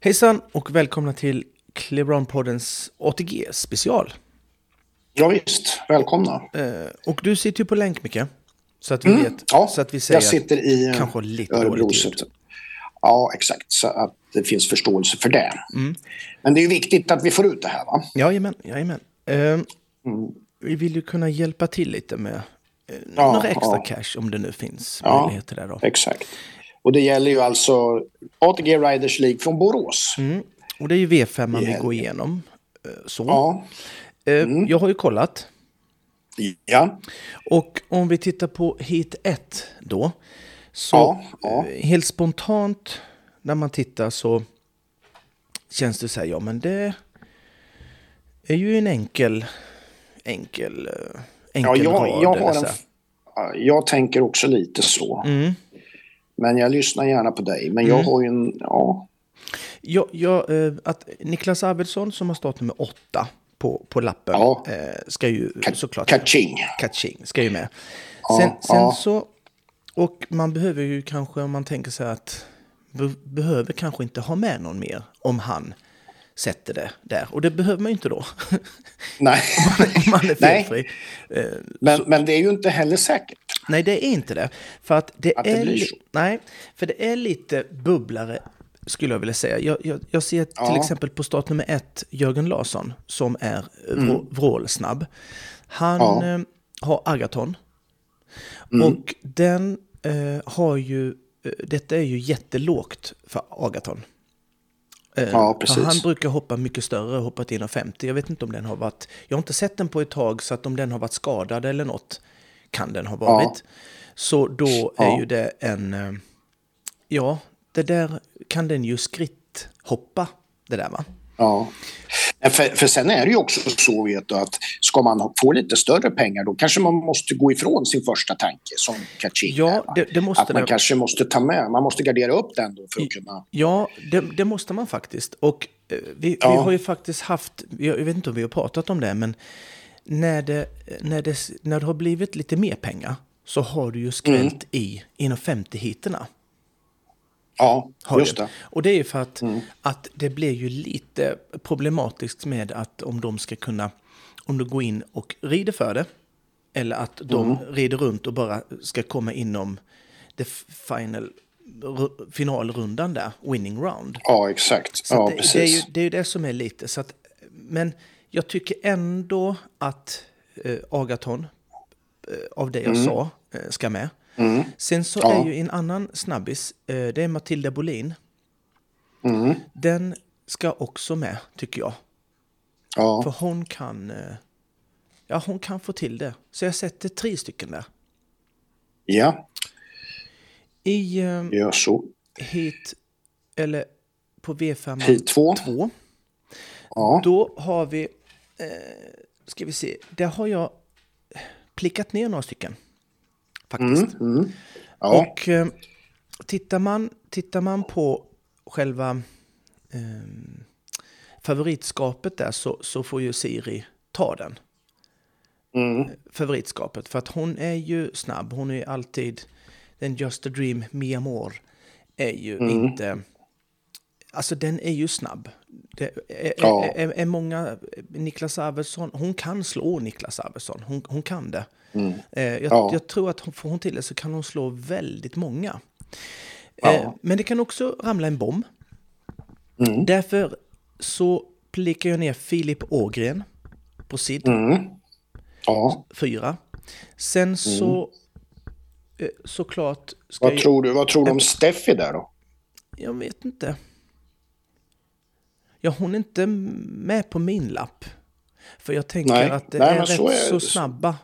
Hejsan och välkomna till Cleveron-poddens ATG-special. Ja, visst, välkomna. Eh, och du sitter ju på länk, Micke. Så att vi Mm, vet. ja, så att vi säger Jag sitter i att eh, kanske lite Örebro. dåligt ljud. så- Ja, exakt. Så att det finns förståelse för det. Mm. Men det är ju viktigt att vi får ut det här. Va? Jajamän, jajamän. Eh, vi vill ju kunna hjälpa till lite med eh, Mm. Ja, några extra ja. cash om det nu finns Ja. möjligheter där då. Exakt. Och det gäller ju alltså ATG Riders League från Borås. Mm. Och det är ju V5 man vi Hjälp. går igenom. Eh, så. Ja. Mm. Eh, Jag har ju kollat. ja. Och om vi tittar på hit 1 då. Så Ja, ja. eh, helt spontant när man tittar så känns det så här, ja men det är ju en enkel, enkel, eh, ja enkel jag, rad. jag, eller har så en, här. ja, jag tänker också lite så. Mm. Men jag lyssnar gärna på dig. Men jag har ju en... Ja, Ja, ja, eh, att Niklas Arvidsson som har startat med åtta på, på lappen Ja. eh, ska ju såklart... Kaching. Kaching ska ju med. Ja, sen sen ja. så... Och man behöver ju kanske, om man tänker sig att... Be, behöver kanske inte ha med någon mer om han sätter det där. Och det behöver man ju inte då. Nej. om man är Nej. felfri. Eh, Men, men det är ju inte heller säkert. Nej, det är inte det. För att det, Att det är, blir li- så. nej, för det är lite bubblare, skulle jag vilja säga. Jag, jag, jag ser till Ja. exempel på start nummer ett, Jörgen Larsson, som är eh, vrå- vrålsnabb. Han Mm. Ja. Mm. eh, har Agaton. Och den eh, har ju, eh, detta är ju jättelågt för Agaton. Eh, Ja, för precis. Han brukar hoppa mycket större, hoppat 1,50. Jag vet inte om den har varit... Jag har inte sett den på ett tag, så att om den har varit skadad eller något kan den ha varit. Så då är Ja. ju det en... eh, Ja, det där kan den ju skritthoppa, det där va? Ja. Men För, för sen är det ju också så vet du, att ska man ha- få lite större pengar då kanske man måste gå ifrån sin första tanke som catching. Ja, det, det måste att man det. kanske måste ta med, man måste gardera upp den då för att kunna... Ja, det, det måste man faktiskt. Och eh, vi, vi Ja. har ju faktiskt haft, jag jag vet inte om vi har pratat om det, men när det, när det, när det har blivit lite mer pengar så har du ju skrällt Mm. i inom 50 hiterna Ja, Har just du. det. Mm. Och det är ju för att, att det blir ju lite problematiskt med att om de ska kunna, om de går in och rider för det, eller att de Mm. rider runt och bara ska komma inom the final, ru- finalrundan där, winning round. Ja, exakt. Så ja, att det, precis. det, är ju, det är ju det som är lite. Så att, men jag tycker ändå att eh, Agaton, eh, av det jag sa, eh, ska med. Sen så Mm. Ja. är ju en annan snabbis, eh, det är Matilda Bolin. Mm. Den ska också med, tycker jag. För ja. hon kan, eh, ja, hon kan få till det. Så jag sätter tre stycken där. ja, I eh, gör så. hit, eller på V5 P2. 2. Ja. Då har vi, eh, ska vi se, där har jag plickat ner några stycken. Faktiskt. ja. Och eh, tittar, man, tittar man på själva eh, favoritskapet där så, så får ju Siri ta den. Mm. Favoritskapet, för att hon är ju snabb. Hon är ju alltid, den Just a Dream, Mia Moore, är ju Mm. inte... Alltså den är ju snabb. Det är, Ja. är, är, är många, Niklas Arvidsson, hon kan slå Niklas Arvidsson, hon, hon kan det. Eh, jag, Mm. Ja. jag tror att hon, får hon till det så kan hon slå väldigt många. Ja. Eh, men det kan också ramla en bomb. Mm. Därför så plickar jag ner Filip Ågren på sid ja. 4. Sen så eh, såklart ska Mm. Vad jag... tror du, vad tror du om Steffi där då? Jag vet inte. Ja, hon är inte med på min lapp. För jag tänker Nej, att det nej, är men rätt så så, är det. snabba.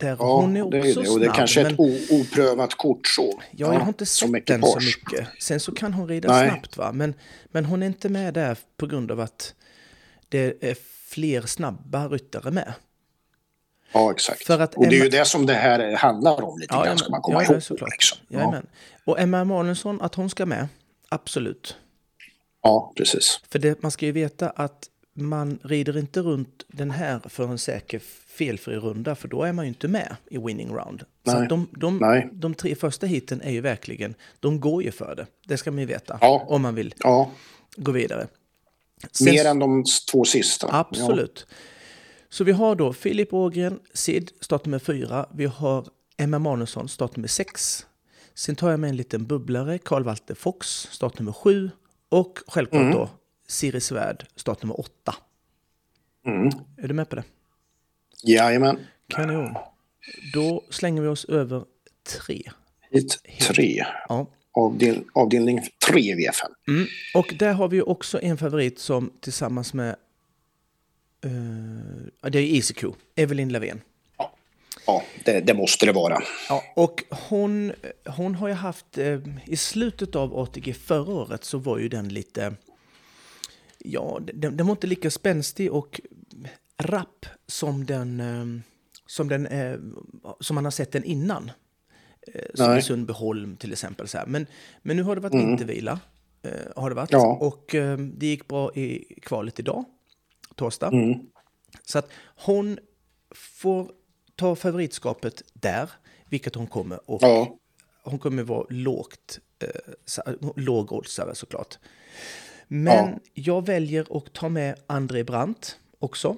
Där. Ja, hon är också det är ju det. snabb. Och det är kanske men ett o- oprövat kort så. ja, jag har inte som sett den så ekipage. mycket. Sen så kan hon rida Nej. snabbt, va? Men, men hon är inte med där på grund av att det är fler snabba ryttare med. Ja, exakt. För att och det är Emma- ju det som det här handlar om lite grann, ska jajamän. man komma ja, ihåg. Ja, såklart. liksom. ja. Jajamän. Och Emma Emanuelsson, att hon ska med, absolut. ja, precis. För det, man ska ju veta att man rider inte runt den här för en säker felfri runda, för då är man ju inte med i winning round. Så Nej. att de, de, Nej. de tre första hiten är ju verkligen, de går ju för det. Det ska man ju veta, Ja. om man vill Ja, gå vidare. Sen- Mer än de s- två sista. Absolut. Så vi har då Filip Ågren, Sid, startnummer fyra. Vi har Emma Manusson, startnummer sex. Sen tar jag med en liten bubblare, Karl Walter Fox, startnummer sju. Och självklart då Siri Svärd, startnummer åtta. Är du med på det? Ja. Jajamän. Kanon. Då slänger vi oss över tre. Hit tre. Ja. Avdel, avdelning tre i V5. Mm. Och där har vi ju också en favorit som tillsammans med... eh, ja, det är Easy Q, Evelyn Löfven. Ja, det, det måste det vara. Ja, och hon, hon har ju haft, eh, i slutet av ATG förra året så var ju den lite, ja, den, den var inte lika spänstig och rapp som den, eh, som den, eh, som man har sett den innan. Eh, Som Nej. Mm. i Sundbyholm till exempel. Så här. Men, men nu har det varit vintervila, eh, har det varit. Ja. Och eh, det gick bra i kvalet idag, torsdag. Mm. Så att hon får ta favoritskapet där, vilket hon kommer. Och Ja. Hon kommer vara lågt, eh, sa- låg oddsare såklart. Men Ja. jag väljer att ta med André Brandt också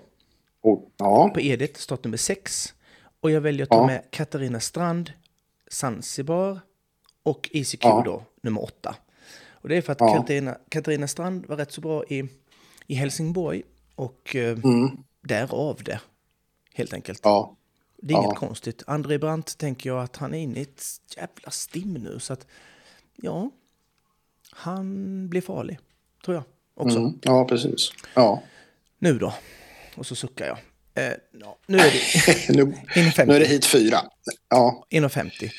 Och, ja. på E Edith, startnummer 6. Och jag väljer att ta Ja. med Katarina Strand, Zanzibar och ECQ Ja. då, nummer 8. Och det är för att Ja. Katarina, Katarina Strand var rätt så bra i, i Helsingborg och eh, Mm. därav det, helt enkelt. ja. Det är inget Ja. konstigt. André Brandt tänker jag att han är inne i ett jävla stim nu. Så att, ja, han blir farlig, tror jag också. Mm. Ja, precis. Ja. Nu då? Och så suckar jag. Eh, ja, nu är det Nu, nu är 1,50. det hit fyra. Ja. 1,50.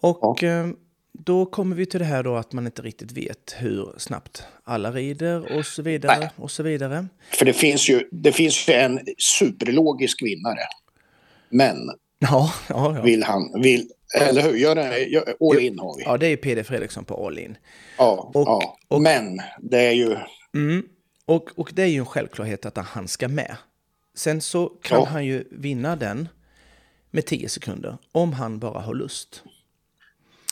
Och eh, då kommer vi till det här då att man inte riktigt vet hur snabbt alla rider och så vidare Nej. och så vidare. För det finns, ju, det finns ju en superlogisk vinnare. Men Ja, ja, ja. vill han, vill, eller hur? Gör det, gör, all in har vi. ja det är PD Fredriksson på All In. Ja, Och- ja. och- Men det är ju... Mm. Och, och det är ju en självklarhet att han ska med. Sen så kan Ja. han ju vinna den med 10 sekunder om han bara har lust.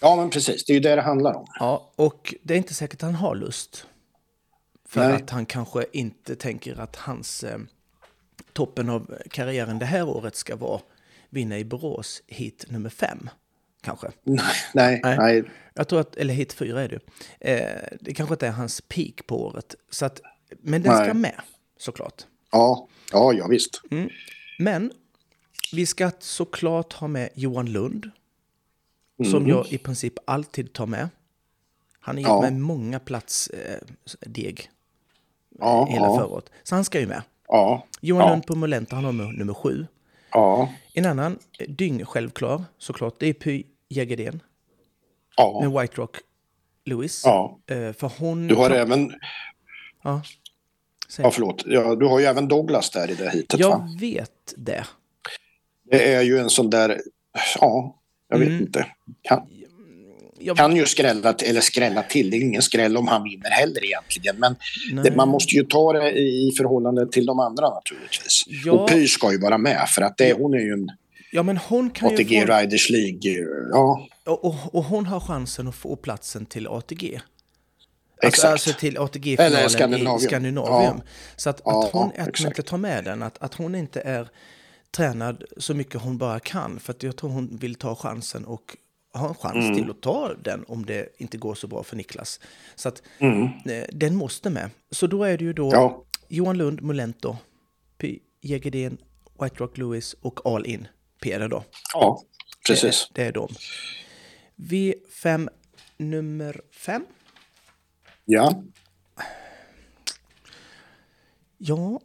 Ja, men precis. Det är ju det det handlar om. Ja, och det är inte säkert att han har lust. För Nej. att han kanske inte tänker att hans eh, toppen av karriären det här året ska vara vinna i Borås hit nummer fem. Kanske. Nej, nej. Nej. nej. Jag tror att, eller hit fyra är det ju. eh, Det kanske inte är hans peak på året. Så att, men den Nej. ska med, såklart. Ja, ja, ja visst. Men vi ska såklart ha med Johan Lund. Som jag i princip alltid tar med. Han har gett Mm. Ja. mig många platsdeg eh, deg Ja, Mm, hela ja, förra året. Så han ska ju med. ja, Johan ja, Lund på Molenta, han har med nummer sju. ja, En annan eh, dyngsjälvklar såklart, det är Py Jägerdén ja, med White Rock Lewis. ja. Eh, för hon... Du har även... Ja. Ja, förlåt. Ja, du har ju även Douglas där i det hitet, va? jag vet det. Det är ju en sån där, ja, jag Mm. vet inte. Kan, Jag, kan ju skrälla, t- eller skrälla till, det är ingen skräll om han vinner heller egentligen. Men det, Nej. man måste ju ta det i, i förhållande till de andra naturligtvis. Ja. Och Py ska ju vara med för att det, hon är ju en ja, men hon kan ju ATG få... Riders League. eh, Ja, Och, och, och hon har chansen att få platsen till ATG. exakt. Alltså, alltså till ATG-finalen Eller i Skandinavium. Skandinavium. Ja. Så att, Ja, att, hon, ja, att man exakt. inte tar med den, att, att hon inte är tränad så mycket hon bara kan. För att jag tror hon vill ta chansen och ha en chans Mm. till att ta den om det inte går så bra för Niklas. Så att Mm. eh, den måste med. Så då är det ju då Ja. Johan Lund, Molento, P. Jägerdén, White Rock Lewis och All In, Peder då. ja, precis. Det är de. V5 nummer 5. Ja, Ja,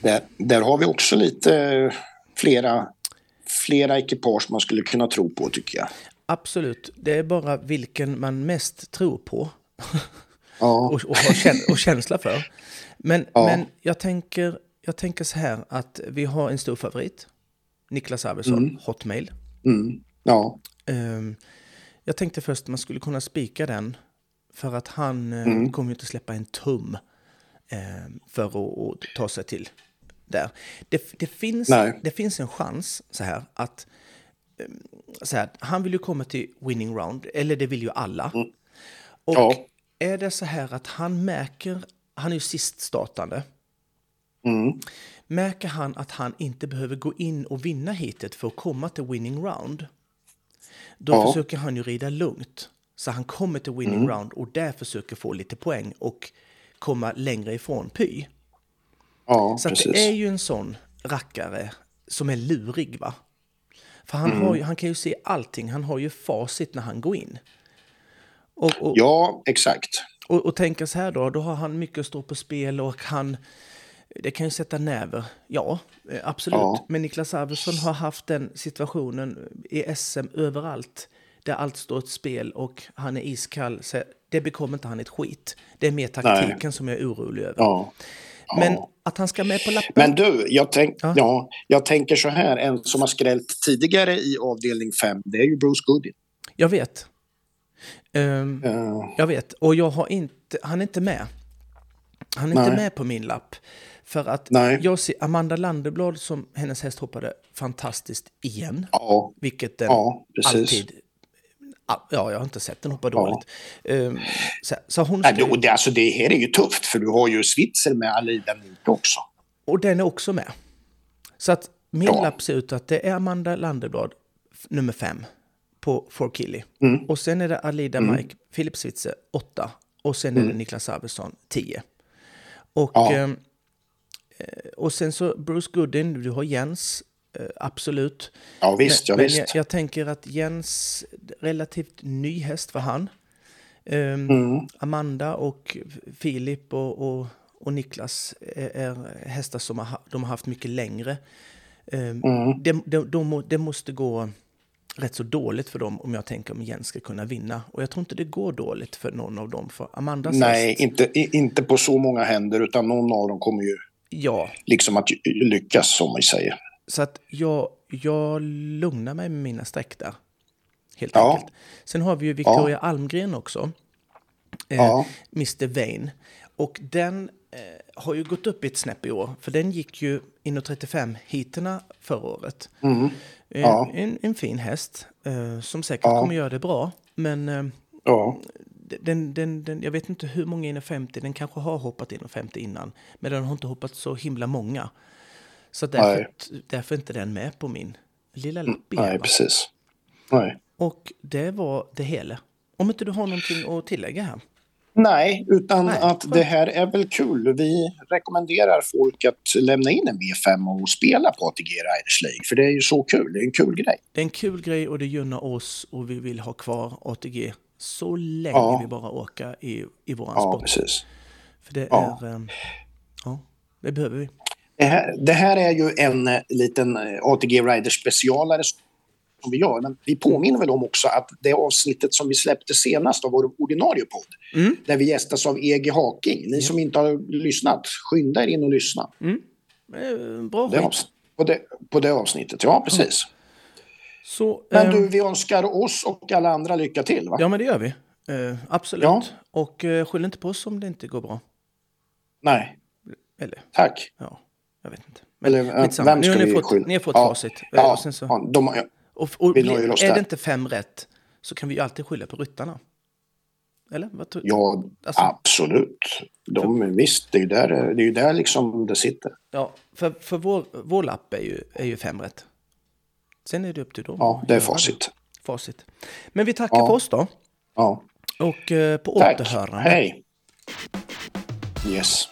där, där har vi också lite eh, flera, flera ekipage man skulle kunna tro på tycker jag. Absolut. Det är bara vilken man mest tror på Ja, och, och, har käns- och känsla för. Men, Ja. men jag, tänker, jag tänker så här att vi har en stor favorit. Niklas Arvidsson, Hotmail. mm, ja, Ehm, jag tänkte först man skulle kunna spika den. För att han eh, Mm. kommer ju inte släppa en tum ehm, för att, att ta sig till där. Det, det, finns, Nej. det finns en chans så här att ehm, så här, han vill ju komma till winning round, eller det vill ju alla. Och Mm. Ja. är det så här att han märker, han är ju sist startande, Mm. märker han att han inte behöver gå in och vinna hitet för att komma till winning round, då Ja. Mm. försöker han ju rida lugnt. Så han kommer till winning round och där försöker få lite poäng och komma längre ifrån Py. Ja, Så att precis. det är ju en sån rackare som är lurig va? För han, Mm. har ju, han kan ju se allting, han har ju facit när han går in. Och, och, Ja, exakt. och, och tänka så här då, då har han mycket att stå på spel och han... Det kan ju sätta näver, ja, eh, absolut. Ja. Men Niklas Arvidsson har haft den situationen i SM överallt där allt står ett spel och han är iskall. Så det bekommer inte han ett skit. Det är mer taktiken som jag är orolig över. Ja. Men att han ska med på lappen... Men du, jag, tänk, Ja. ja. jag tänker så här. En som har skrällt tidigare i avdelning 5, det är ju Bruce Goodin. Jag vet. Ehm, Eh, Jag vet. Och jag har inte, han är inte med. Han är inte Nej. med på min lapp. För att Nej. jag ser Amanda Landeblad som hennes häst hoppade fantastiskt igen. ja, Vilket den ja, precis. alltid... Ja, jag har inte sett den hoppa dåligt. Ehm, så, så hon Nej, ska, det, och det, alltså det här är ju tufft, för du har ju Switzer med Alida Mink också. Och den är också med. Så att min Ja. lapp ser ut att det är Amanda Landeblad, f- nummer fem, på Forkilly. Mm. Och sen är det Alida Mike, Filip Switzer, åtta. Och sen är det Niklas Arvidsson, tio. Och, Mm. Ja. eh, eh, och sen så Bruce Goodin, du har Jens, eh, absolut. Ja, visst, ja, men visst. Jag, jag tänker att Jens, relativt ny häst för han. Ehm, Mm. Amanda och Filip och, och, och Niklas är, är hästar som har, ha- de har haft mycket längre. Ehm, Mm. det, det, de, må- det måste gå rätt så dåligt för dem om jag tänker om Jens ska kunna vinna. Och jag tror inte det går dåligt för någon av dem. För Amandas Nej, häst, inte, i- inte på så många händer, utan någon av dem kommer ju ja. liksom att ju- lyckas, som vi säger. Så att jag, jag lugnar mig med mina streck där. Helt Ja. enkelt. Sen har vi ju Victoria Almgren också. Eh, Ja. Mr Vane. Och den eh, har ju gått upp ett snäpp i år. För den gick ju inom 35 hiterna förra året. En, Mm. Ja. en, en fin häst eh, som säkert Ja. kommer göra det bra. Men eh, Ja, den, den, den, jag vet inte hur många inom 50, den kanske har hoppat inom 50 innan. Men den har inte hoppat så himla många. Så därför, Nej. Mm, därför är inte den med på min lilla lapp igen. nej, va? precis. Nej. Och det var det hela. Om inte du har någonting att tillägga här. Nej, utan Nej, att skönt. det här är väl kul. Vi rekommenderar folk att lämna in en V5 och spela på ATG Riders League, för det är ju så kul. Det är en kul grej. Det är en kul grej och det gynnar oss och vi vill ha kvar ATG så länge Ja. vi bara orkar i, i våran Ja, sport. precis. För det Ja. är... ehm, Ja, det behöver vi. Det här, det här är ju en eh, liten eh, ATG Riders specialare som vi gör, men vi påminner väl om också att det avsnittet som vi släppte senast av vår ordinarie podd, Mm. där vi gästas av E.G. Haking. Ni som inte har lyssnat, skynda er in och lyssna. Mm. Eh, Bra Det skit. avs- på, det, på det avsnittet, ja precis. Så, Men ehm, du, vi önskar oss och alla andra lycka till. Va? Ja, men det gör vi. Eh, absolut. Ja. Och eh, skyll inte på oss om det inte går bra. Nej, Eller, tack. ja, jag vet inte. Men Eller, eh, skitsamma. vem nu ska har ni vi fått, skylla? ni har fått Ja, facit. Eh, Ja, och sen så, ja, de, har- och, och, vi nöjer oss är det där. inte fem rätt så kan vi ju alltid skylla på ryttarna. Eller? Vad tror- ja Alltså- absolut. De, visst, det är ju där, det är ju där liksom det sitter. Ja, för, för vår, vår lapp är ju, är ju fem rätt. Sen är det upp till dem. Ja, att det är göra facit. facit. Men vi tackar Ja. för oss då. Ja, Och eh, på tack. återhörande. Hej. Yes.